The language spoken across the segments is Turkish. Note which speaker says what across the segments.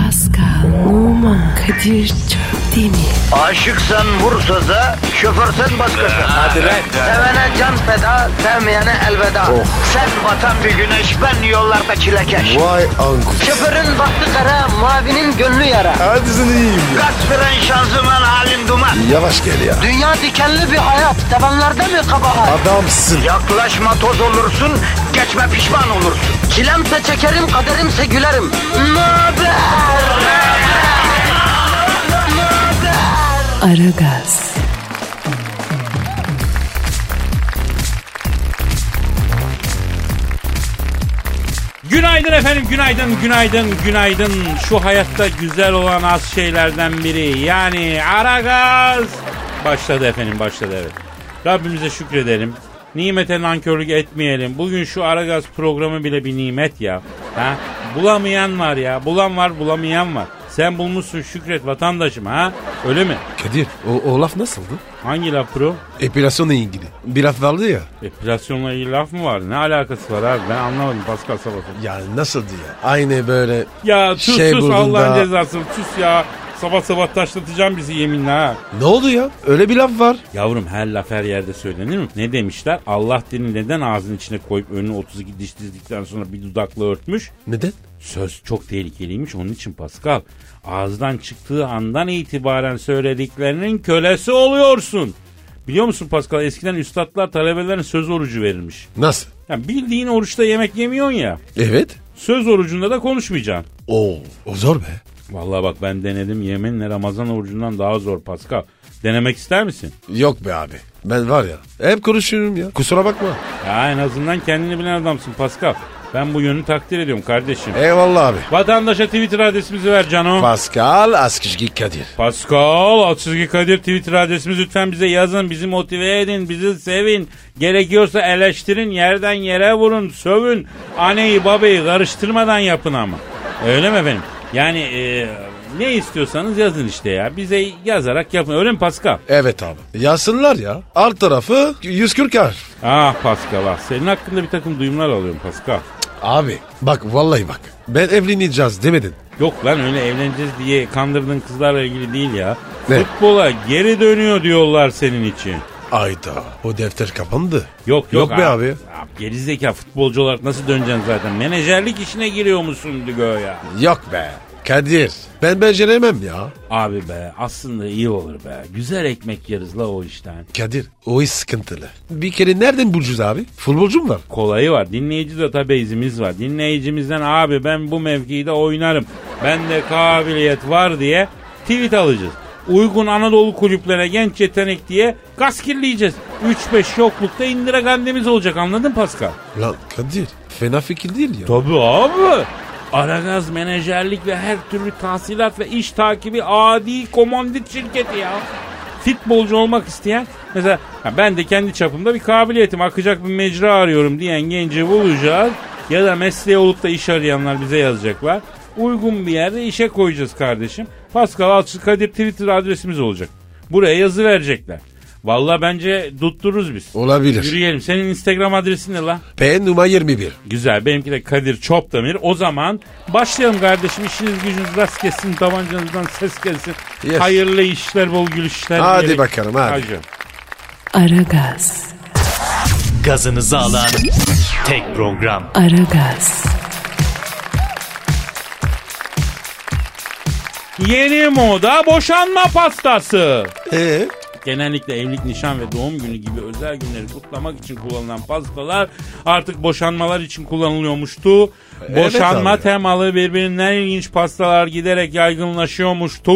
Speaker 1: Pascal, Oman, Kadir çok değil mi?
Speaker 2: Aşıksan vursa da şoförsen başkasın.
Speaker 3: Hadi lan.
Speaker 2: Sevene can feda, sevmeyene elveda. Sen batan bir güneş, ben yollarda çilekeş.
Speaker 4: Vay anku.
Speaker 2: Şoförün baktı kara, mavinin gönlü yara.
Speaker 4: Hadi sen iyiyim ya.
Speaker 2: Kasperen şanzıman halin duman.
Speaker 4: Yavaş gel ya.
Speaker 2: Dünya dikenli bir hayat, sevenlerde mi kabahar?
Speaker 4: Adamsın.
Speaker 2: Yaklaşma toz olursun, geçme pişman olursun. Çilemse çekerim, kaderimse gülerim. Möber!
Speaker 1: Aragaz,
Speaker 3: Günaydın efendim, günaydın, günaydın, günaydın. Şu hayatta güzel olan az şeylerden biri. Yani ara gaz. Başladı efendim, başladı evet. Rabbimize şükredelim. Nimete nankörlük etmeyelim. Bugün şu Aragaz programı bile bir nimet ya. Ha? Bulamayan var ya. Bulan var, bulamayan var. Sen bulmuşsun şükret vatandaşım ha. Öyle mi?
Speaker 4: Kadir o, o laf nasıldı?
Speaker 3: Hangi laf pro?
Speaker 4: Epilasyonla ilgili. Bir laf vardı ya.
Speaker 3: Epilasyonla ilgili laf mı var? Ne alakası var abi? Ben anlamadım Pascal Sabah'ın.
Speaker 4: Yani nasıldı ya? Aynı böyle
Speaker 3: Ya sus
Speaker 4: Şey
Speaker 3: sus
Speaker 4: buldun
Speaker 3: Allah'ın
Speaker 4: daha.
Speaker 3: cezası sus ya. Sabah sabah taşlatacağım bizi yeminle ha.
Speaker 4: Ne oldu ya? Öyle bir laf var.
Speaker 3: Yavrum her laf her yerde söylenir mi? Ne demişler? Allah dini neden ağzının içine koyup önüne 32 diş dizdikten sonra bir dudakla örtmüş?
Speaker 4: Neden?
Speaker 3: Söz çok tehlikeliymiş onun için Pascal. Ağızdan çıktığı andan itibaren söylediklerinin kölesi oluyorsun. Biliyor musun Pascal eskiden üstadlar talebelerine söz orucu verilmiş.
Speaker 4: Nasıl?
Speaker 3: Yani bildiğin oruçta yemek yemiyorsun ya.
Speaker 4: Evet.
Speaker 3: Söz orucunda da konuşmayacaksın.
Speaker 4: Oo, o zor be.
Speaker 3: Vallahi bak ben denedim yeminle Ramazan orucundan daha zor Pascal. Denemek ister misin?
Speaker 4: Yok be abi. Ben var ya hep konuşuyorum ya. Kusura bakma.
Speaker 3: Ya en azından kendini bilen adamsın Pascal. Ben bu yönü takdir ediyorum kardeşim.
Speaker 4: Eyvallah abi.
Speaker 3: Vatandaşa Twitter adresimizi ver Cano.
Speaker 4: Pascal Askışki Kadir.
Speaker 3: Pascal Atsızgi Kadir Twitter adresimiz lütfen bize yazın. Bizi motive edin. Bizi sevin. Gerekiyorsa eleştirin. Yerden yere vurun. Sövün. Aneyi babayı karıştırmadan yapın ama. Öyle mi efendim? Yani e, ne istiyorsanız yazın işte ya. Bize yazarak yapın. Öyle mi Pascal?
Speaker 4: Evet abi. Yazsınlar ya. Alt tarafı 140 harf.
Speaker 3: Ah Pascal ah. Senin hakkında bir takım duyumlar alıyorum Pascal.
Speaker 4: Abi bak vallahi bak. Ben evleneceğiz demedin.
Speaker 3: Yok lan öyle evleneceğiz diye kandırdığın kızlarla ilgili değil ya.
Speaker 4: Ne?
Speaker 3: Futbola geri dönüyor diyorlar senin için.
Speaker 4: Ayda o defter kapandı.
Speaker 3: Yok yok.
Speaker 4: Yok be
Speaker 3: ah,
Speaker 4: abi.
Speaker 3: ah, Gerizekalı futbolcu olarak nasıl döneceksin zaten? Menajerlik işine giriyor musun ya?
Speaker 4: Yok be. Kadir ben beceremem ya.
Speaker 3: Abi be aslında iyi olur be. Güzel ekmek yeriz la o işten.
Speaker 4: Kadir o iş sıkıntılı. Bir kere nereden bulacağız abi? Futbolcu mu var?
Speaker 3: Kolayı var. Dinleyici database'imiz var. Dinleyicimizden abi ben bu mevkide oynarım. Bende kabiliyet var diye tweet alacağız. Uygun Anadolu kulüplere genç yetenek diye gaz kirleyeceğiz. 3-5 yoklukta indire gandemiz olacak anladın Pascal?
Speaker 4: Lan Kadir fena fikir değil ya.
Speaker 3: Tabii abi. Aragaz menajerlik ve her türlü tahsilat ve iş takibi adi komandit şirketi ya. Futbolcu olmak isteyen mesela ha, ben de kendi çapımda bir kabiliyetim akacak bir mecra arıyorum diyen genci bulacağız. Ya da mesleği olup da iş arayanlar bize yazacaklar. Uygun bir yerde işe koyacağız kardeşim. Pascal Alçı Kadir Twitter adresimiz olacak. Buraya yazı verecekler. Valla bence tuttururuz biz.
Speaker 4: Olabilir.
Speaker 3: Yürüyelim. Senin Instagram adresin ne la?
Speaker 4: P numara 21.
Speaker 3: Güzel. Benimki de Kadir Çopdemir. O zaman başlayalım kardeşim. İşiniz gücünüz rast gelsin. Tabancanızdan ses gelsin.
Speaker 4: Yes.
Speaker 3: Hayırlı işler, bol gülüşler.
Speaker 4: Hadi
Speaker 3: diyelim.
Speaker 4: bakalım, hadi.
Speaker 1: Aragaz,
Speaker 5: Gazınızı alan tek program.
Speaker 1: Aragaz,
Speaker 3: Yeni moda boşanma pastası.
Speaker 4: Ee?
Speaker 3: Genellikle evlilik, nişan ve doğum günü gibi özel günleri kutlamak için kullanılan pastalar artık boşanmalar için kullanılıyormuştu. Boşanma
Speaker 4: abi.
Speaker 3: temalı birbirinden ilginç pastalar giderek yaygınlaşıyormuştu.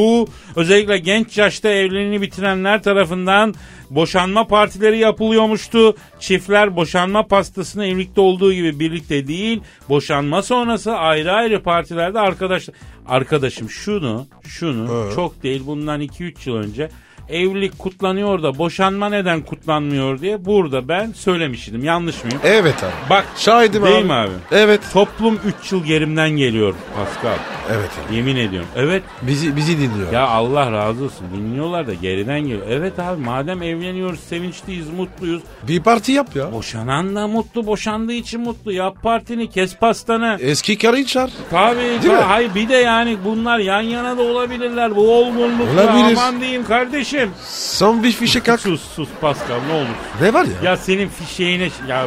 Speaker 3: Özellikle genç yaşta evliliğini bitirenler tarafından boşanma partileri yapılıyormuştu. Çiftler boşanma pastasını evlilikte olduğu gibi birlikte değil, boşanma sonrası ayrı ayrı partilerde arkadaş arkadaşım şunu, şunu çok değil bundan 2-3 yıl önce Evlilik kutlanıyor da boşanma neden kutlanmıyor diye burada ben söylemiş idim. Yanlış mıyım?
Speaker 4: Evet abi.
Speaker 3: Bak
Speaker 4: Şahidim
Speaker 3: değil
Speaker 4: abi.
Speaker 3: mi abi?
Speaker 4: Evet.
Speaker 3: Toplum 3 yıl gerimden geliyor Pascal.
Speaker 4: Evet abi.
Speaker 3: Yemin ediyorum. Evet
Speaker 4: Bizi, bizi dinliyor.
Speaker 3: ya Allah razı olsun dinliyorlar da geriden geliyor. Evet abi madem evleniyoruz sevinçliyiz mutluyuz.
Speaker 4: Bir parti yap ya.
Speaker 3: Boşanan da mutlu boşandığı için mutlu. Yap partini kes pastanı.
Speaker 4: Eski karı çağır.
Speaker 3: Tabii.
Speaker 4: E, Değil mi?
Speaker 3: tabii. Hayır bir de yani bunlar yan yana da olabilirler. Bu olgunlukla
Speaker 4: Olabilir.
Speaker 3: aman diyeyim kardeşim.
Speaker 4: Son bir fişe kalk.
Speaker 3: Sus sus Pascal ne olur.
Speaker 4: Ne var ya?
Speaker 3: Ya senin fişeğine ya,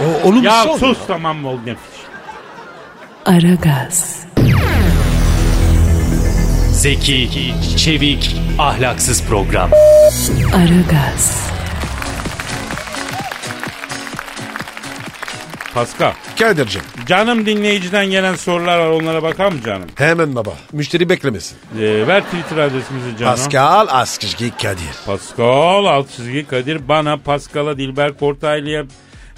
Speaker 4: O, onun şey
Speaker 3: ya
Speaker 4: son.
Speaker 3: sus tamam mı oldu ne fiş?
Speaker 1: Aragaz,
Speaker 5: Zeki, çevik, ahlaksız program.
Speaker 1: Aragaz,
Speaker 3: Pascal
Speaker 4: Kadir'cim.
Speaker 3: canım dinleyiciden gelen sorular var onlara bakar mı canım?
Speaker 4: Hemen baba. Müşteri beklemesin.
Speaker 3: Ee, ver Twitter adresimizi canım.
Speaker 4: Pascal Askışki Kadir.
Speaker 3: Pascal alt çizgi Kadir bana Pascal'a Dilber Kortaylı'ya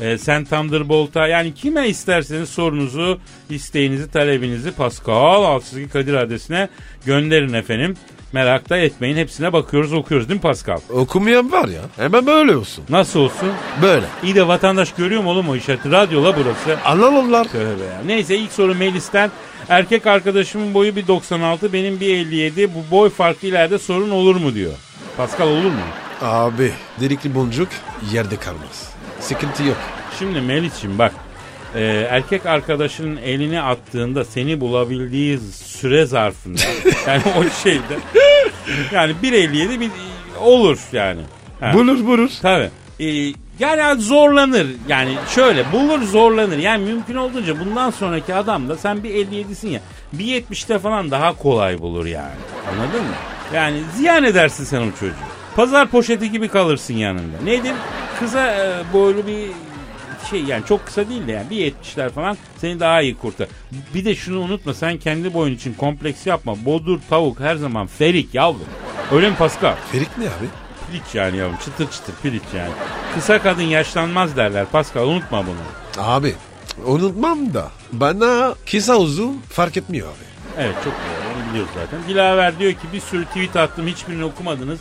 Speaker 3: e, sen Thunderbolt'a yani kime isterseniz sorunuzu, isteğinizi, talebinizi Pascal alt çizgi Kadir adresine gönderin efendim. Merak da etmeyin hepsine bakıyoruz okuyoruz değil mi Pascal?
Speaker 4: Okumayan var ya. Hemen böyle olsun.
Speaker 3: Nasıl olsun?
Speaker 4: Böyle.
Speaker 3: İyi de vatandaş görüyor mu oğlum o işareti? Radyola burası.
Speaker 4: Anlarlar.
Speaker 3: Tövbe ya. Neyse ilk soru Melis'ten. Erkek arkadaşımın boyu bir 96 benim bir 57 bu boy farkı ileride sorun olur mu diyor. Pascal olur mu?
Speaker 4: Abi delikli boncuk yerde kalmaz. Sıkıntı yok.
Speaker 3: Şimdi Melih'ciğim bak e, erkek arkadaşının elini attığında seni bulabildiği süre zarfında yani o şeyde yani 1.57 bir olur yani. Ha,
Speaker 4: Bulur bulur.
Speaker 3: Tabii. E, yani az zorlanır yani şöyle bulur zorlanır yani mümkün olduğunca bundan sonraki adam da sen bir 57'sin ya bir 70'te falan daha kolay bulur yani anladın mı? Yani ziyan edersin sen o çocuğu. Pazar poşeti gibi kalırsın yanında. Nedir? Kısa e, boylu bir şey yani çok kısa değil de yani bir 70'ler falan seni daha iyi kurtar. Bir de şunu unutma sen kendi boyun için kompleks yapma. Bodur tavuk her zaman ferik yavrum. Öyle mi Pascal?
Speaker 4: Ferik ne abi?
Speaker 3: Piliç yani yavrum çıtır çıtır piliç yani. Kısa kadın yaşlanmaz derler Pascal unutma bunu.
Speaker 4: Abi unutmam da bana kısa uzun fark etmiyor abi.
Speaker 3: Evet çok doğru onu biliyoruz zaten. Dilaver diyor ki bir sürü tweet attım hiçbirini okumadınız.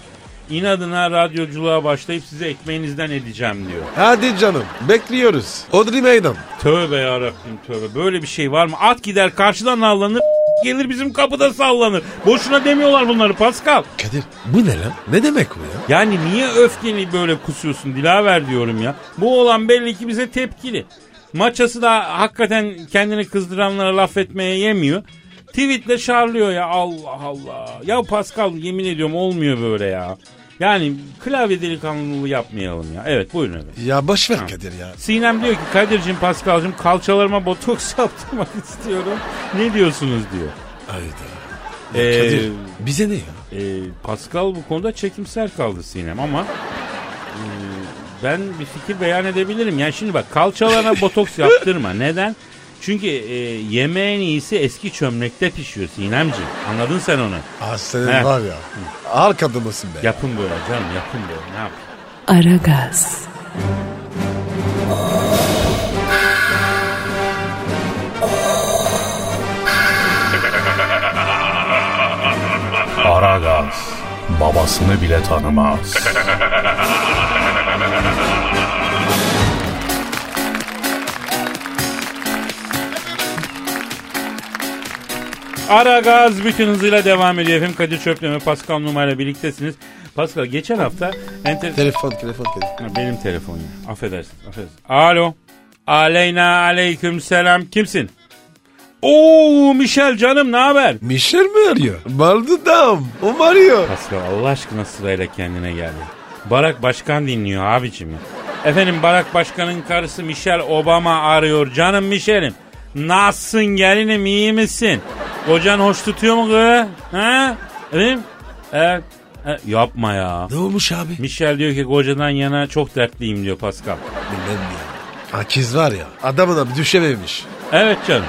Speaker 3: İnadına radyoculuğa başlayıp size ekmeğinizden edeceğim diyor.
Speaker 4: Hadi canım bekliyoruz. Odri meydan.
Speaker 3: Tövbe yarabbim tövbe. Böyle bir şey var mı? At gider karşıdan avlanır. Gelir bizim kapıda sallanır. Boşuna demiyorlar bunları Pascal.
Speaker 4: Kadir bu ne lan? Ne demek bu ya?
Speaker 3: Yani niye öfkeni böyle kusuyorsun Dilaver diyorum ya. Bu olan belli ki bize tepkili. Maçası da hakikaten kendini kızdıranlara laf etmeye yemiyor. Tweetle şarlıyor ya Allah Allah. Ya Pascal yemin ediyorum olmuyor böyle ya. Yani klavye delikanlılığı yapmayalım ya. Evet buyurun efendim.
Speaker 4: Ya boş ver Kadir ya.
Speaker 3: Sinem diyor ki Kadir'cim Paskal'cım kalçalarıma botoks yaptırmak istiyorum. Ne diyorsunuz diyor.
Speaker 4: Hayda.
Speaker 3: Ee,
Speaker 4: Kadir bize ne ya?
Speaker 3: Ee, Pascal bu konuda çekimser kaldı Sinem ama e, ben bir fikir beyan edebilirim. Yani şimdi bak kalçalarına botoks yaptırma. Neden? Çünkü e, yemeğin iyisi eski çömlekte pişiyor Sinemciğim. Anladın sen onu.
Speaker 4: Ah senin
Speaker 3: He.
Speaker 4: var ya. Ağır kadınısın be.
Speaker 3: Yapın böyle canım yapın böyle. Ne yapayım?
Speaker 1: Aragaz,
Speaker 6: Aragaz babasını bile tanımaz.
Speaker 3: Ara gaz bütün hızıyla devam ediyor efendim. Kadir Çöplem'e Pascal numarayla birliktesiniz. Pascal geçen hafta enter...
Speaker 4: Telefon telefon Kadir.
Speaker 3: Ha, Benim telefon ya. Affedersin, affedersin. Alo. Aleyna aleyküm selam. Kimsin? Oo Michel canım ne haber?
Speaker 4: Michel mi arıyor? Baldudam. O arıyor.
Speaker 3: Pascal Allah aşkına sırayla kendine geldi. Barak Başkan dinliyor abicim ya. Efendim Barak Başkan'ın karısı Michelle Obama arıyor. Canım Michelle'im. Nasılsın gelinim iyi misin? Kocan hoş tutuyor mu kız? Ha? Efendim? Evet. E, yapma ya.
Speaker 4: Ne olmuş abi?
Speaker 3: Michelle diyor ki kocadan yana çok dertliyim diyor Pascal.
Speaker 4: Bilmem ya. Akiz var ya adamına bir düşememiş.
Speaker 3: Evet canım.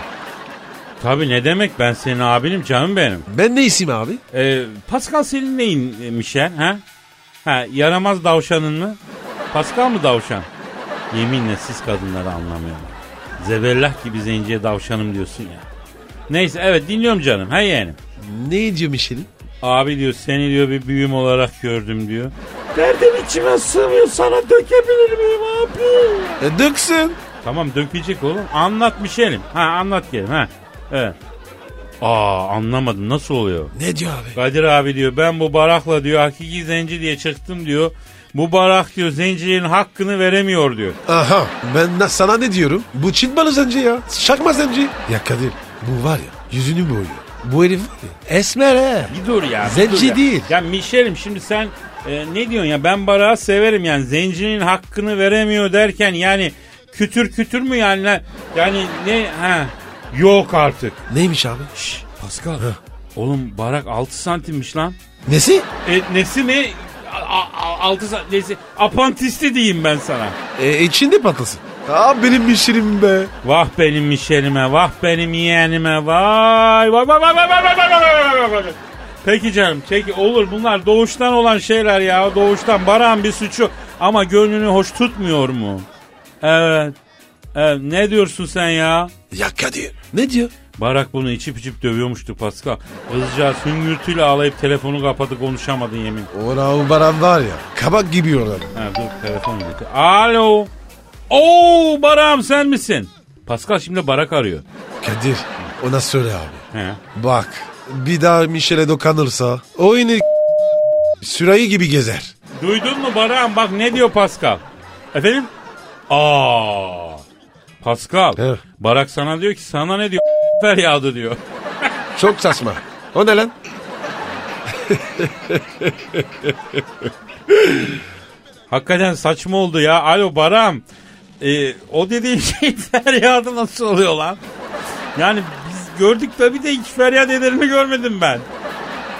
Speaker 3: Tabii ne demek ben senin abinim canım benim.
Speaker 4: Ben ne isim abi?
Speaker 3: Ee, Pascal senin neyin e, Michel ha? Ha yaramaz davşanın mı? Pascal mı davşan? Yeminle siz kadınları anlamıyorum. Zebellah gibi zenciye davşanım diyorsun ya. Neyse evet dinliyorum canım. Ha yeğenim.
Speaker 4: Ne diyor Michel'in?
Speaker 3: Abi diyor seni diyor bir büyüm olarak gördüm diyor.
Speaker 7: Nereden içime sığmıyor sana dökebilir miyim abi?
Speaker 4: E döksün.
Speaker 3: Tamam dökülecek oğlum. Anlat bir şeyim. Ha anlat gelin ha. Evet. Aa anlamadım nasıl oluyor?
Speaker 4: Ne diyor abi?
Speaker 3: Kadir abi diyor ben bu barakla diyor hakiki zenci diye çıktım diyor. Bu barak diyor zencinin hakkını veremiyor diyor.
Speaker 4: Aha ben na- sana ne diyorum? Bu Çin balı zenci ya. Şakma zenci. Ya Kadir bu var ya yüzünü boyuyor. Bu herif var ya, esmer he.
Speaker 3: Bir dur ya. bir
Speaker 4: Zenci
Speaker 3: dur ya.
Speaker 4: değil.
Speaker 3: Ya Mişelim şimdi sen e, ne diyorsun ya ben barağı severim yani zencinin hakkını veremiyor derken yani kütür kütür mü yani lan? yani ne ha yok artık.
Speaker 4: Neymiş abi?
Speaker 3: Şş,
Speaker 4: Pascal.
Speaker 3: oğlum barak 6 santimmiş lan.
Speaker 4: Nesi?
Speaker 3: E, nesi ne? A- a- Altı sa- nesi? Apantisti diyeyim ben sana.
Speaker 4: E, içinde patlasın. Aa benim bir şirin be.
Speaker 3: Vah benim Mişelime, vah benim yeğenime, vay vay vay vay vay vay vay vay vay vay vay vay vay. Peki canım, peki olur bunlar doğuştan olan şeyler ya, doğuştan. Baran bir suçu ama gönlünü hoş tutmuyor mu? Evet. Evet, ne diyorsun sen ya?
Speaker 4: Ya Kadir. Ne diyor?
Speaker 3: Barak bunu içip içip dövüyormuştu Pascal. Kızcağız hüngürtüyle ağlayıp telefonu kapadı konuşamadın yemin.
Speaker 4: Ora o baran var ya. Kabak gibi oradan.
Speaker 3: Ha dur telefon gitti. Alo. Oo Barak'ım sen misin? Pascal şimdi Barak arıyor.
Speaker 4: Kadir ona söyle abi.
Speaker 3: He.
Speaker 4: Bak bir daha Michel'e dokanırsa o yine sürahi gibi gezer.
Speaker 3: Duydun mu Barak'ım bak ne diyor Pascal. Efendim? Aa. Pascal.
Speaker 4: He.
Speaker 3: Barak sana diyor ki sana ne diyor? Feryadı diyor.
Speaker 4: Çok saçma. O ne lan?
Speaker 3: Hakikaten saçma oldu ya. Alo Barak'ım. Ee, o dediğin şey feryadı nasıl oluyor lan? Yani biz gördük tabii de hiç feryat edileni görmedim ben.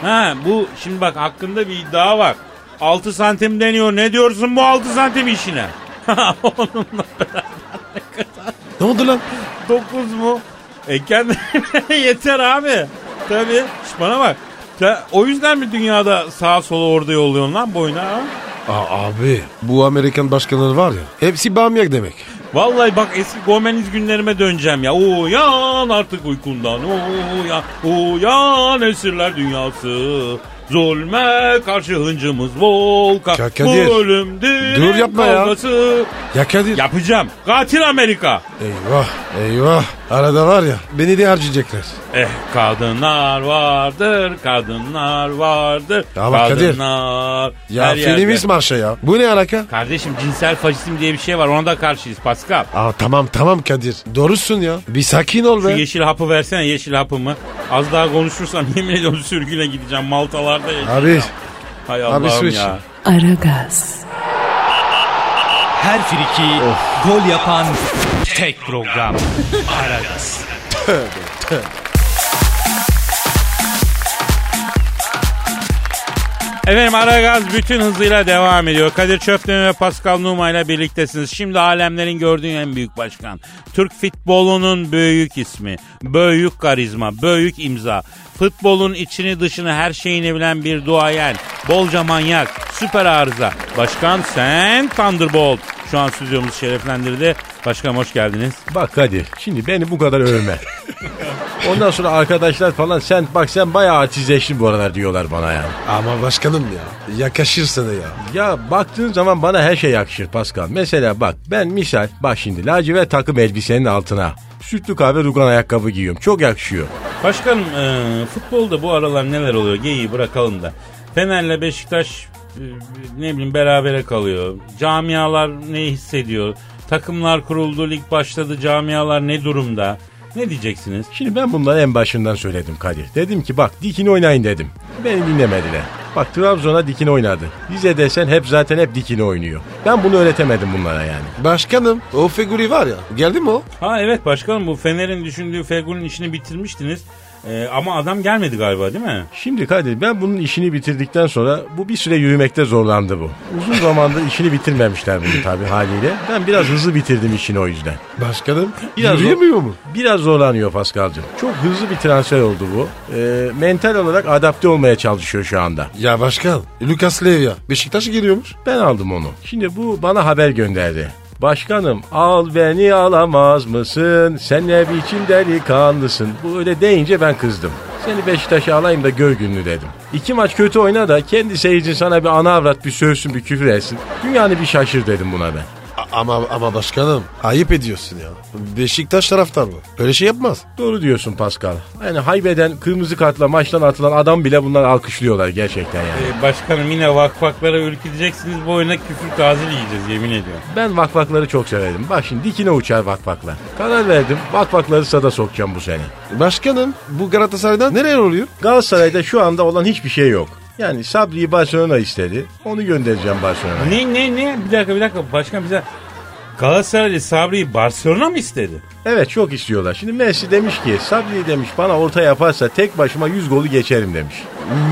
Speaker 3: Ha bu şimdi bak hakkında bir iddia var. 6 santim deniyor. Ne diyorsun bu 6 santim işine? Onunla
Speaker 4: Ne oldu lan?
Speaker 3: 9 mu? E kendine yeter abi. Tabii. Şş, bana bak. Sen o yüzden mi dünyada sağa sola orada yolluyorsun lan boyuna? ha?
Speaker 4: Aa, abi bu Amerikan başkanları var ya hepsi bamyak demek.
Speaker 3: Vallahi bak eski Gomeniz günlerime döneceğim ya. Uyan artık uykundan. Uyan, uyan esirler dünyası. Zulme karşı hıncımız volkan.
Speaker 4: Ya Kadir,
Speaker 3: Bu ölüm direk
Speaker 4: dur yapma ya.
Speaker 3: kavgası.
Speaker 4: Ya Kadir.
Speaker 3: Yapacağım. Katil Amerika.
Speaker 4: Eyvah eyvah. Arada var ya beni de harcayacaklar.
Speaker 3: Eh kadınlar vardır, kadınlar vardır.
Speaker 4: Ya bak Kadir.
Speaker 3: kadınlar.
Speaker 4: Ya
Speaker 3: her yerde.
Speaker 4: feminist marşa ya. Bu ne alaka?
Speaker 3: Kardeşim cinsel faşizm diye bir şey var ona da karşıyız Pascal.
Speaker 4: Aa tamam tamam Kadir. Doğrusun ya. Bir sakin ol
Speaker 3: Şu
Speaker 4: be.
Speaker 3: yeşil hapı versene yeşil hapımı. Az daha konuşursam yemin ediyorum sürgüne gideceğim. Maltalarda yaşayacağım.
Speaker 4: Abi
Speaker 3: Hay
Speaker 4: abi su
Speaker 3: Allah'ım
Speaker 4: için.
Speaker 3: ya.
Speaker 1: Aragaz,
Speaker 5: Her friki gol yapan tek program. Aragaz.
Speaker 3: Efendim Aragaz bütün hızıyla devam ediyor. Kadir Çöpten ve Pascal Numa ile birliktesiniz. Şimdi alemlerin gördüğü en büyük başkan. Türk futbolunun büyük ismi. Büyük karizma, büyük imza. Futbolun içini dışını her şeyini bilen bir duayen. Bolca manyak, süper arıza. Başkan sen Thunderbolt. Şu an stüdyomuz şereflendirdi. Başkanım hoş geldiniz.
Speaker 8: Bak Kadir şimdi beni bu kadar övme. Ondan sonra arkadaşlar falan sen bak sen bayağı artistleştin bu aralar diyorlar bana ya.
Speaker 4: Ama başkanım ya. Yakışır sana ya.
Speaker 8: Ya baktığın zaman bana her şey yakışır Pascal. Mesela bak ben misal bak şimdi lacivert takım elbisenin altına sütlü kahve rugan ayakkabı giyiyorum. Çok yakışıyor.
Speaker 3: Başkanım e, futbolda bu aralar neler oluyor? Geyiği bırakalım da. Fener'le Beşiktaş e, ne bileyim berabere kalıyor. Camialar ne hissediyor? Takımlar kuruldu, lig başladı. Camialar ne durumda? Ne diyeceksiniz?
Speaker 8: Şimdi ben bunları en başından söyledim Kadir. Dedim ki bak dikini oynayın dedim. Beni dinlemediler. Bak Trabzon'a dikini oynadı. Bize desen hep zaten hep dikini oynuyor. Ben bunu öğretemedim bunlara yani.
Speaker 4: Başkanım o figürü var ya. Geldi mi o?
Speaker 3: Ha evet başkanım bu Fener'in düşündüğü Fegül'ün işini bitirmiştiniz. E, ama adam gelmedi galiba değil mi?
Speaker 8: Şimdi Kadir ben bunun işini bitirdikten sonra bu bir süre yürümekte zorlandı bu. Uzun zamandır işini bitirmemişler bunu tabii haliyle. Ben biraz hızlı bitirdim işini o yüzden.
Speaker 4: Başkanım
Speaker 8: Biraz
Speaker 4: yürüyemiyor mu?
Speaker 8: Biraz zorlanıyor Paskal'cığım. Çok hızlı bir transfer oldu bu. Ee, mental olarak adapte olmaya çalışıyor şu anda.
Speaker 4: Ya başkan Lucas Levya Beşiktaş'a geliyormuş.
Speaker 8: Ben aldım onu. Şimdi bu bana haber gönderdi. Başkanım al beni alamaz mısın? Sen ne biçim delikanlısın? Bu öyle deyince ben kızdım. Seni Beşiktaş'a alayım da gör gününü dedim. İki maç kötü oyna da kendi seyircin sana bir ana avrat bir sövsün bir küfür etsin. Dünyanı bir şaşır dedim buna ben.
Speaker 4: A- ama ama başkanım ayıp ediyorsun ya. Beşiktaş taraftarı. Böyle şey yapmaz.
Speaker 8: Doğru diyorsun Pascal. Yani haybeden kırmızı kartla maçtan atılan adam bile bunlar alkışlıyorlar gerçekten yani.
Speaker 3: Ee, başkanım yine vakfaklara ürküteceksiniz bu oyuna küfür tazil yiyeceğiz yemin ediyorum.
Speaker 8: Ben vakvakları çok severim. Bak şimdi dikine uçar vakvaklar. Karar verdim vakvakları sada sokacağım bu sene.
Speaker 4: Başkanım bu Galatasaray'dan nereye oluyor?
Speaker 8: Galatasaray'da şu anda olan hiçbir şey yok. Yani Sabri'yi Barcelona istedi. Onu göndereceğim Barcelona'ya.
Speaker 3: Ne ne ne bir dakika bir dakika başkan bize Galatasaraylı Sabri'yi Barcelona mı istedi?
Speaker 8: Evet çok istiyorlar. Şimdi Messi demiş ki Sabri demiş bana orta yaparsa tek başıma 100 golü geçerim demiş.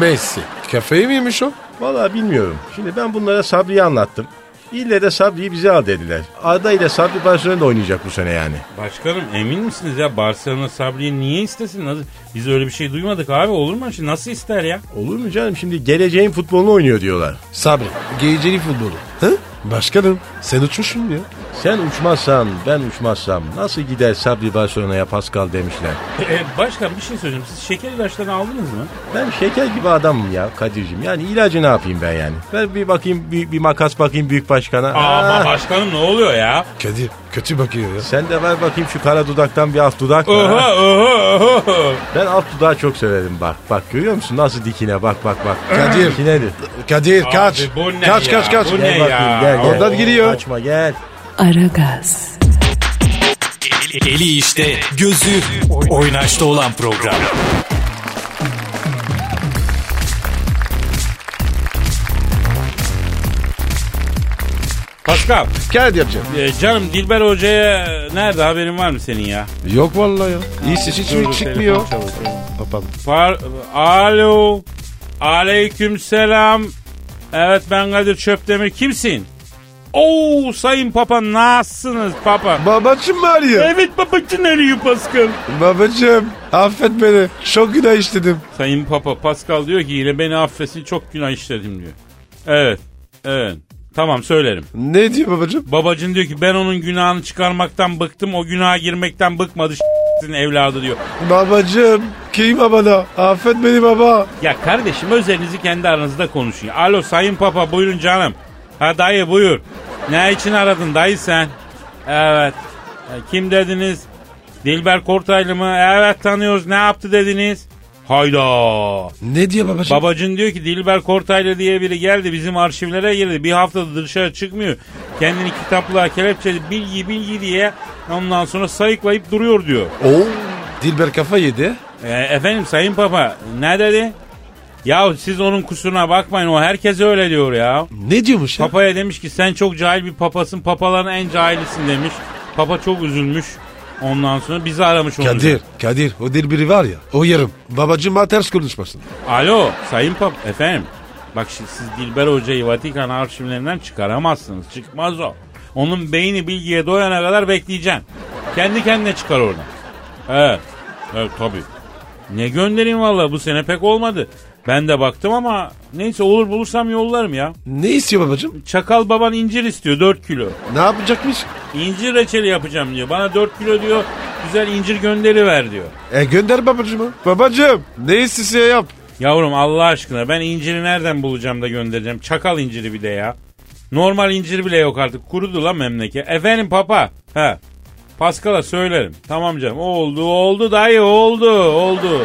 Speaker 4: Messi. Kafayı mı yemiş o?
Speaker 8: Vallahi bilmiyorum. Şimdi ben bunlara Sabri'yi anlattım. İlle de Sabri'yi bize al dediler. Arda ile Sabri Barcelona'da oynayacak bu sene yani.
Speaker 3: Başkanım emin misiniz ya Barcelona Sabri'yi niye istesin? Nasıl? Biz öyle bir şey duymadık abi olur mu? Şimdi nasıl ister ya?
Speaker 8: Olur mu canım şimdi geleceğin futbolunu oynuyor diyorlar.
Speaker 4: Sabri. Geceli futbolu. Hı? Başkanım sen uçmuşsun ya.
Speaker 8: Sen uçmazsan ben uçmazsam nasıl gider Sabri Barcelona'ya Pascal demişler.
Speaker 3: E, başkan bir şey söyleyeceğim. Siz şeker ilaçlarını aldınız mı?
Speaker 8: Ben şeker gibi adamım ya Kadir'cim. Yani ilacı ne yapayım ben yani? Ver bir bakayım büyük bir makas bakayım büyük başkana.
Speaker 3: Aa,
Speaker 8: Aa,
Speaker 3: başkanım ne oluyor ya?
Speaker 4: Kadir kötü bakıyor ya.
Speaker 8: Sen de ver bakayım şu kara dudaktan bir alt dudak. ver.
Speaker 3: Oha oha oha.
Speaker 8: Ben alt dudağı çok severim bak. Bak görüyor musun nasıl dikine bak bak bak.
Speaker 4: Kadir.
Speaker 8: Dikinedir.
Speaker 4: Kadir
Speaker 3: Abi,
Speaker 4: kaç.
Speaker 3: bu ne
Speaker 4: kaç,
Speaker 3: ya?
Speaker 4: kaç kaç
Speaker 3: Bu
Speaker 8: Gel
Speaker 3: ne ya?
Speaker 8: bakayım gel gel.
Speaker 4: Oradan giriyor.
Speaker 8: Açma gel.
Speaker 1: Aragaz,
Speaker 5: Eli işte, gözü oynaşta olan program.
Speaker 3: Pascal,
Speaker 4: Kadir'cim.
Speaker 3: e, canım Dilber Hoca'ya nerede haberin var mı senin ya?
Speaker 4: Yok vallahi ya. İyi ses hiç mi
Speaker 3: Dur,
Speaker 4: çıkmıyor?
Speaker 3: telefon çalıyor.
Speaker 4: Kapalı.
Speaker 3: Par- Alo. Aleyküm selam. Evet ben Kadir Çöpdemir. Kimsin? Oo sayın papa nasılsınız papa?
Speaker 4: Babacım mı arıyor?
Speaker 3: Evet babacın arıyor Pascal.
Speaker 4: Babacım affet beni. Çok günah işledim.
Speaker 3: Sayın papa Pascal diyor ki yine beni affetsin çok günah işledim diyor. Evet. Evet. Tamam söylerim.
Speaker 4: Ne diyor babacım?
Speaker 3: Babacın diyor ki ben onun günahını çıkarmaktan bıktım. O günaha girmekten bıkmadı s**tin evladı diyor.
Speaker 4: Babacım kıyma bana. Affet beni baba.
Speaker 3: Ya kardeşim özelinizi kendi aranızda konuşun. Alo sayın papa buyurun canım. Ha dayı buyur. Ne için aradın dayı sen? Evet. E, Kim dediniz? Dilber Kortaylı mı? Evet tanıyoruz ne yaptı dediniz? Hayda.
Speaker 4: Ne diyor babacım?
Speaker 3: Babacın diyor ki Dilber Kortaylı diye biri geldi bizim arşivlere girdi. Bir haftadır dışarı çıkmıyor. Kendini kitaplığa kelepçeli bilgi bilgi diye ondan sonra sayıklayıp duruyor diyor.
Speaker 4: Oo. Dilber kafa yedi.
Speaker 3: E, efendim Sayın Papa ne dedi? Ya siz onun kusuruna bakmayın o herkes öyle diyor ya.
Speaker 4: Ne diyormuş ya?
Speaker 3: Papaya demiş ki sen çok cahil bir papasın papaların en cahilisin demiş. Papa çok üzülmüş. Ondan sonra bizi aramış onu.
Speaker 4: Kadir, Kadir o Dilber'i var ya o yarım. Babacım bana ters konuşmasın.
Speaker 3: Alo Sayın Papa efendim. Bak şimdi siz Dilber Hoca'yı Vatikan arşivlerinden çıkaramazsınız. Çıkmaz o. Onun beyni bilgiye doyana kadar bekleyeceğim. Kendi kendine çıkar oradan. Evet. Evet tabii. Ne göndereyim valla bu sene pek olmadı. Ben de baktım ama neyse olur bulursam yollarım ya.
Speaker 4: Ne istiyor babacım?
Speaker 3: Çakal baban incir istiyor 4 kilo.
Speaker 4: Ne yapacakmış?
Speaker 3: İncir reçeli yapacağım diyor. Bana 4 kilo diyor güzel incir gönderiver diyor.
Speaker 4: E gönder babacımı. Babacım ne istiyorsa yap.
Speaker 3: Yavrum Allah aşkına ben inciri nereden bulacağım da göndereceğim. Çakal inciri bir de ya. Normal incir bile yok artık. Kurudu lan memleket. Efendim papa. He. Paskal'a söylerim. Tamam canım. Oldu oldu dayı oldu oldu.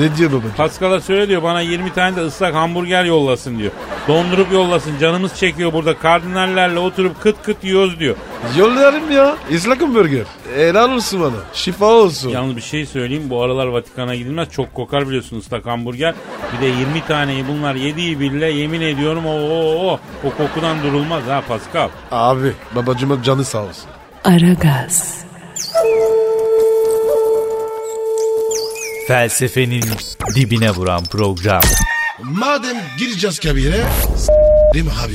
Speaker 4: Ne diyor babacım?
Speaker 3: Paskal'a söyle diyor bana 20 tane de ıslak hamburger yollasın diyor. Dondurup yollasın canımız çekiyor burada. Kardinallerle oturup kıt kıt yiyoruz diyor.
Speaker 4: Yollarım ya. İslak hamburger. Helal olsun bana. Şifa olsun.
Speaker 3: Yalnız bir şey söyleyeyim bu aralar Vatikan'a gidilmez çok kokar biliyorsunuz ıslak hamburger. Bir de 20 taneyi bunlar yediği bile yemin ediyorum o o o o kokudan durulmaz ha Pascal.
Speaker 4: Abi babacıma canı sağ olsun.
Speaker 1: Aragaz,
Speaker 5: Felsefenin dibine vuran program.
Speaker 4: Madem gireceğiz kabire. Değil mi abi?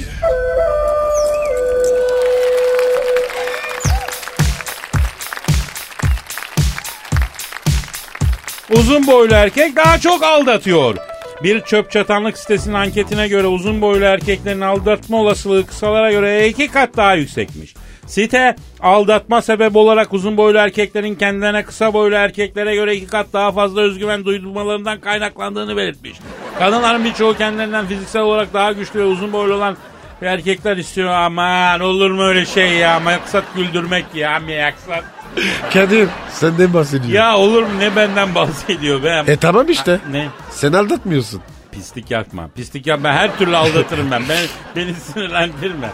Speaker 3: Uzun boylu erkek daha çok aldatıyor. Bir çöp çatanlık sitesinin anketine göre uzun boylu erkeklerin aldatma olasılığı kısalara göre iki kat daha yüksekmiş. Site aldatma sebep olarak uzun boylu erkeklerin kendilerine kısa boylu erkeklere göre iki kat daha fazla özgüven duymalarından kaynaklandığını belirtmiş. Kadınların birçoğu kendilerinden fiziksel olarak daha güçlü ve uzun boylu olan erkekler istiyor. Aman olur mu öyle şey ya maksat güldürmek ya maksat.
Speaker 4: Kadir senden bahsediyorum.
Speaker 3: Ya olur mu ne benden bahsediyor be.
Speaker 4: E tamam işte.
Speaker 3: Ne?
Speaker 4: Sen aldatmıyorsun.
Speaker 3: Pislik yapma. Pislik yapma. Ben her türlü aldatırım ben. ben beni sinirlendirme.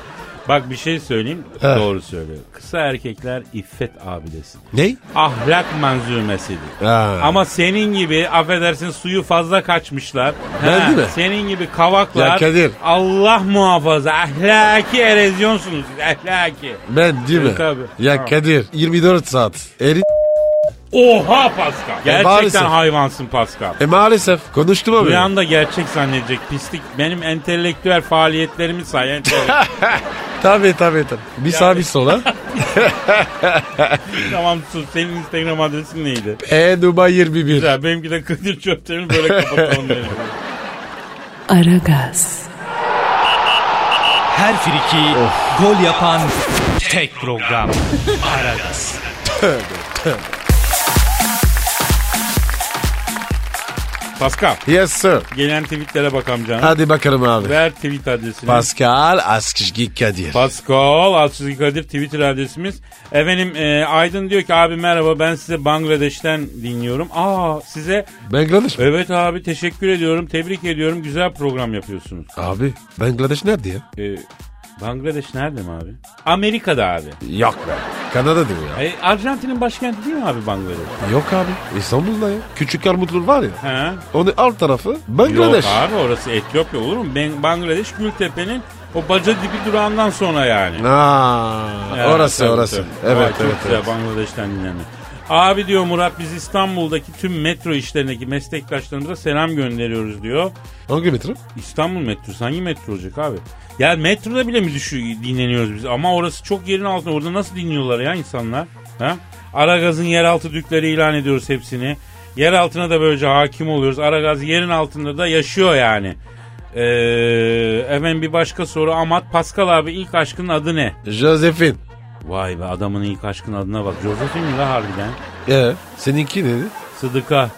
Speaker 3: Bak bir şey söyleyeyim.
Speaker 4: He.
Speaker 3: Doğru söylüyor. Kısa erkekler iffet abidesi.
Speaker 4: Ne?
Speaker 3: Ahlak manzumesidir.
Speaker 4: Ha.
Speaker 3: Ama senin gibi affedersin suyu fazla kaçmışlar.
Speaker 4: Ben
Speaker 3: Ha,
Speaker 4: değil mi?
Speaker 3: Senin gibi kavaklar.
Speaker 4: Ya Kadir.
Speaker 3: Allah muhafaza. Ahlaki erozyonsunuz. siz, Ahlaki.
Speaker 4: Ben değil mi?
Speaker 3: E, tabii.
Speaker 4: Ya
Speaker 3: Tamam.
Speaker 4: Kadir 24 saat. Eri...
Speaker 3: Oha Pascal. Gerçekten
Speaker 4: maalesef.
Speaker 3: hayvansın Pascal.
Speaker 4: E maalesef konuştum abi.
Speaker 3: Duyan da gerçek zannedecek pislik. Benim entelektüel faaliyetlerimi sayende.
Speaker 4: Tabii tabii tabii. Bir sağ bir sola.
Speaker 3: tamam sus. Senin Instagram adresin neydi?
Speaker 4: E Dubai 21.
Speaker 3: Güzel. Benimki de Kadir Çöptemir böyle kapatalım. derim.
Speaker 1: Aragaz,
Speaker 5: Her friki gol yapan tek program. Aragaz.
Speaker 3: Pascal.
Speaker 4: Yes sir.
Speaker 3: Gelen tweetlere bak amcana.
Speaker 4: Hadi bakalım abi.
Speaker 3: Ver tweet adresini.
Speaker 4: Pascal Askışgi Kadir.
Speaker 3: Pascal Altçizgi Kadir Twitter adresimiz. Efendim e, Aydın diyor ki abi merhaba ben size Bangladeş'ten dinliyorum. Aa size
Speaker 4: Bangladeş mi?
Speaker 3: evet abi teşekkür ediyorum tebrik ediyorum güzel program yapıyorsunuz.
Speaker 4: Abi Bangladeş nerede ya?
Speaker 3: E, Bangladeş nerede mi abi? Amerika'da abi.
Speaker 4: Yok be. Kanada değil mi ya?
Speaker 3: E, Arjantin'in başkenti değil mi abi Bangladeş?
Speaker 4: Yok abi. İstanbul'da ya. Küçük Armutlu var ya.
Speaker 3: He?
Speaker 4: Onun alt tarafı
Speaker 3: Yok
Speaker 4: Bangladeş.
Speaker 3: abi orası Etiyopya olur mu? Ben, Bangladeş Gültepe'nin o baca dibi durağından sonra yani.
Speaker 4: Aa,
Speaker 3: Yani
Speaker 4: orası
Speaker 3: tabii,
Speaker 4: orası.
Speaker 3: tabii. Vay,
Speaker 4: Evet
Speaker 3: çok
Speaker 4: evet.
Speaker 3: güzel,
Speaker 4: evet.
Speaker 3: Bangladeş'ten dinlenmek. Abi diyor Murat biz İstanbul'daki tüm metro işlerindeki meslektaşlarımıza selam gönderiyoruz diyor.
Speaker 4: Hangi metre?
Speaker 3: İstanbul metrosu hangi metro olacak abi? Ya metroda bile mi düşü dinleniyoruz biz? Ama orası çok yerin altında. Orada nasıl dinliyorlar ya insanlar? Ha? Aragaz'ın yeraltı dükleri ilan ediyoruz hepsini. Yer altına da böylece hakim oluyoruz. Aragaz yerin altında da yaşıyor yani. Ee, efendim bir başka soru. Amat Pascal abi ilk aşkının adı ne?
Speaker 4: Josephine.
Speaker 3: Vay be adamın ilk aşkın adına bak. Josephine mi la harbiden?
Speaker 4: Ee, seninki neydi?
Speaker 3: Sıdıka.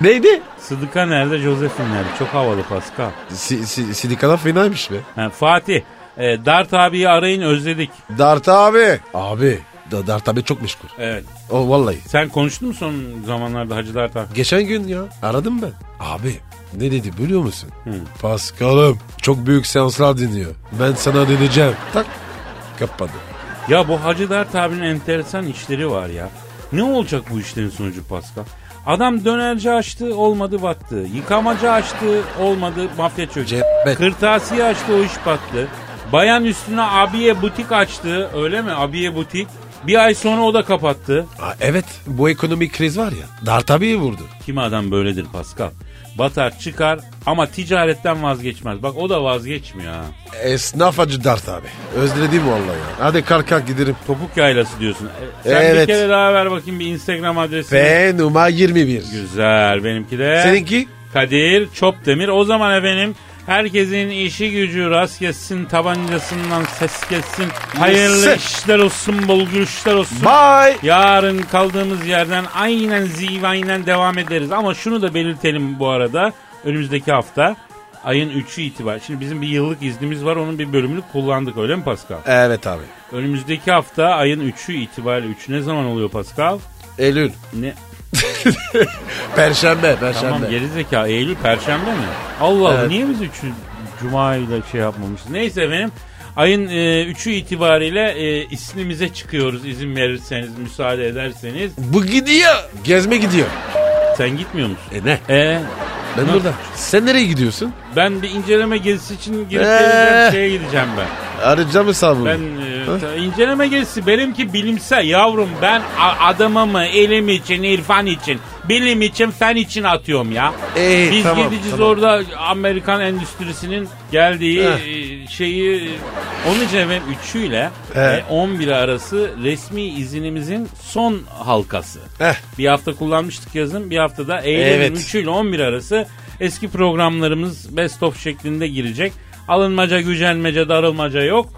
Speaker 4: Neydi?
Speaker 3: Sıdıka nerede? Josephine nerede? Çok havalı Pascal.
Speaker 4: Si, si, Sidika'da fenaymış be.
Speaker 3: Ha, Fatih. e, Dart abiyi arayın özledik.
Speaker 4: Dart abi. Abi. Da, Dart abi çok meşgul.
Speaker 3: Evet.
Speaker 4: O vallahi.
Speaker 3: Sen konuştun mu son zamanlarda Hacı Dart abi?
Speaker 4: Geçen gün ya aradım ben. Abi ne dedi biliyor musun? Paskal'ım çok büyük seanslar dinliyor. Ben sana döneceğim. Tak kapadı.
Speaker 3: Ya bu Hacı Dert abinin enteresan işleri var ya. Ne olacak bu işlerin sonucu Pascal? Adam dönerci açtı olmadı battı. Yıkamacı açtı olmadı mafya çöktü.
Speaker 4: Cebbet.
Speaker 3: Kırtasiye açtı o iş battı. Bayan üstüne abiye butik açtı öyle mi abiye butik. Bir ay sonra o da kapattı.
Speaker 4: Aa, evet bu ekonomik kriz var ya. Dart abi vurdu.
Speaker 3: Kimi adam böyledir Pascal. Batar çıkar ama ticaretten vazgeçmez. Bak o da vazgeçmiyor ha.
Speaker 4: Esnaf acı Dart abi. Özledim vallahi ya. Hadi kalk kalk gidelim.
Speaker 3: Topuk yaylası diyorsun. E, sen
Speaker 4: Evet.
Speaker 3: bir kere daha ver bakayım bir Instagram adresini.
Speaker 4: Ve numara 21.
Speaker 3: Güzel benimki de.
Speaker 4: Seninki?
Speaker 3: Kadir Çopdemir. O zaman efendim herkesin işi gücü rast gelsin, tabancasından ses gelsin. Hayırlı
Speaker 4: Yes.
Speaker 3: işler olsun, bol gülüşler olsun.
Speaker 4: Bye.
Speaker 3: Yarın kaldığımız yerden aynen zivaynen devam ederiz. Ama şunu da belirtelim bu arada. Önümüzdeki hafta ayın 3'ü itibar. Şimdi bizim bir yıllık iznimiz var. Onun bir bölümünü kullandık öyle mi Pascal?
Speaker 4: Evet abi.
Speaker 3: Önümüzdeki hafta ayın 3'ü itibariyle 3 ne zaman oluyor Pascal?
Speaker 4: Eylül.
Speaker 3: Ne?
Speaker 4: Perşembe, perşembe.
Speaker 3: Tamam gerizekalı Eylül Perşembe mi? Allah Allah
Speaker 4: Evet.
Speaker 3: niye biz 3'ü Cuma ile şey yapmamışız? Neyse efendim ayın 3'ü itibariyle e, ismimize çıkıyoruz izin verirseniz müsaade ederseniz.
Speaker 4: Bu gidiyor. Gezme gidiyor.
Speaker 3: Sen gitmiyor musun?
Speaker 4: E ne?
Speaker 3: E
Speaker 4: Ben
Speaker 3: Ne?
Speaker 4: burada. Sen nereye gidiyorsun?
Speaker 3: ben bir inceleme gezisi için girip
Speaker 4: Ee.
Speaker 3: geleceğim şeye gideceğim ben.
Speaker 4: Arayacağım hesabımı.
Speaker 3: Ben e, ta- inceleme gezisi benimki bilimsel yavrum ben a- adamımı elim için irfan için bilim için fen için atıyorum ya.
Speaker 4: İyi,
Speaker 3: Biz
Speaker 4: tamam,
Speaker 3: gideceğiz
Speaker 4: tamam.
Speaker 3: orada Amerikan endüstrisinin geldiği e, şeyi e, onun için efendim üçüyle
Speaker 4: Evet.
Speaker 3: e, 11 arası resmi izinimizin son halkası.
Speaker 4: Heh.
Speaker 3: Bir hafta kullanmıştık yazın bir haftada Eylül'ün
Speaker 4: Evet.
Speaker 3: 3'ü ile 11 arası eski programlarımız best of şeklinde girecek. Alınmaca, gücenmece, darılmaca yok.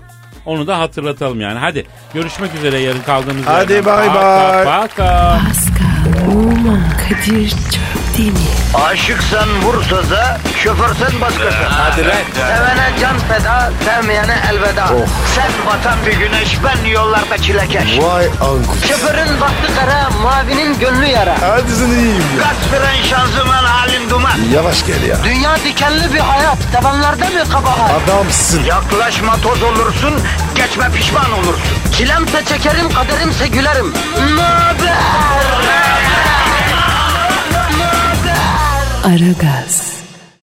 Speaker 3: Onu da hatırlatalım yani. Hadi görüşmek üzere yarın kaldığımız
Speaker 4: Hadi
Speaker 3: yerden.
Speaker 4: bay
Speaker 3: Paka,
Speaker 4: bay.
Speaker 3: paka.
Speaker 1: Pascal, Oman, Kadir çok değil mi?
Speaker 2: Aşıksan vursa da, şoförsen başkasın. Ee, Hadi lan. Oh. Sevene can feda, sevmeyene elveda. Sen batan bir güneş, ben yollarda çilekeş.
Speaker 4: Vay anku.
Speaker 2: Şoförün baktı kara, mavinin gönlü yara.
Speaker 4: Hadi sen iyiyim ya.
Speaker 2: Kasperen şanzıman halin duman.
Speaker 4: Yavaş gel ya.
Speaker 2: Dünya dikenli bir hayat, sevenlerde mi kabahar?
Speaker 4: Adamsın.
Speaker 2: Yaklaşma toz olursun, geçme pişman olursun. Çilemse çekerim, kaderimse gülerim. Möber!
Speaker 1: Aragaz.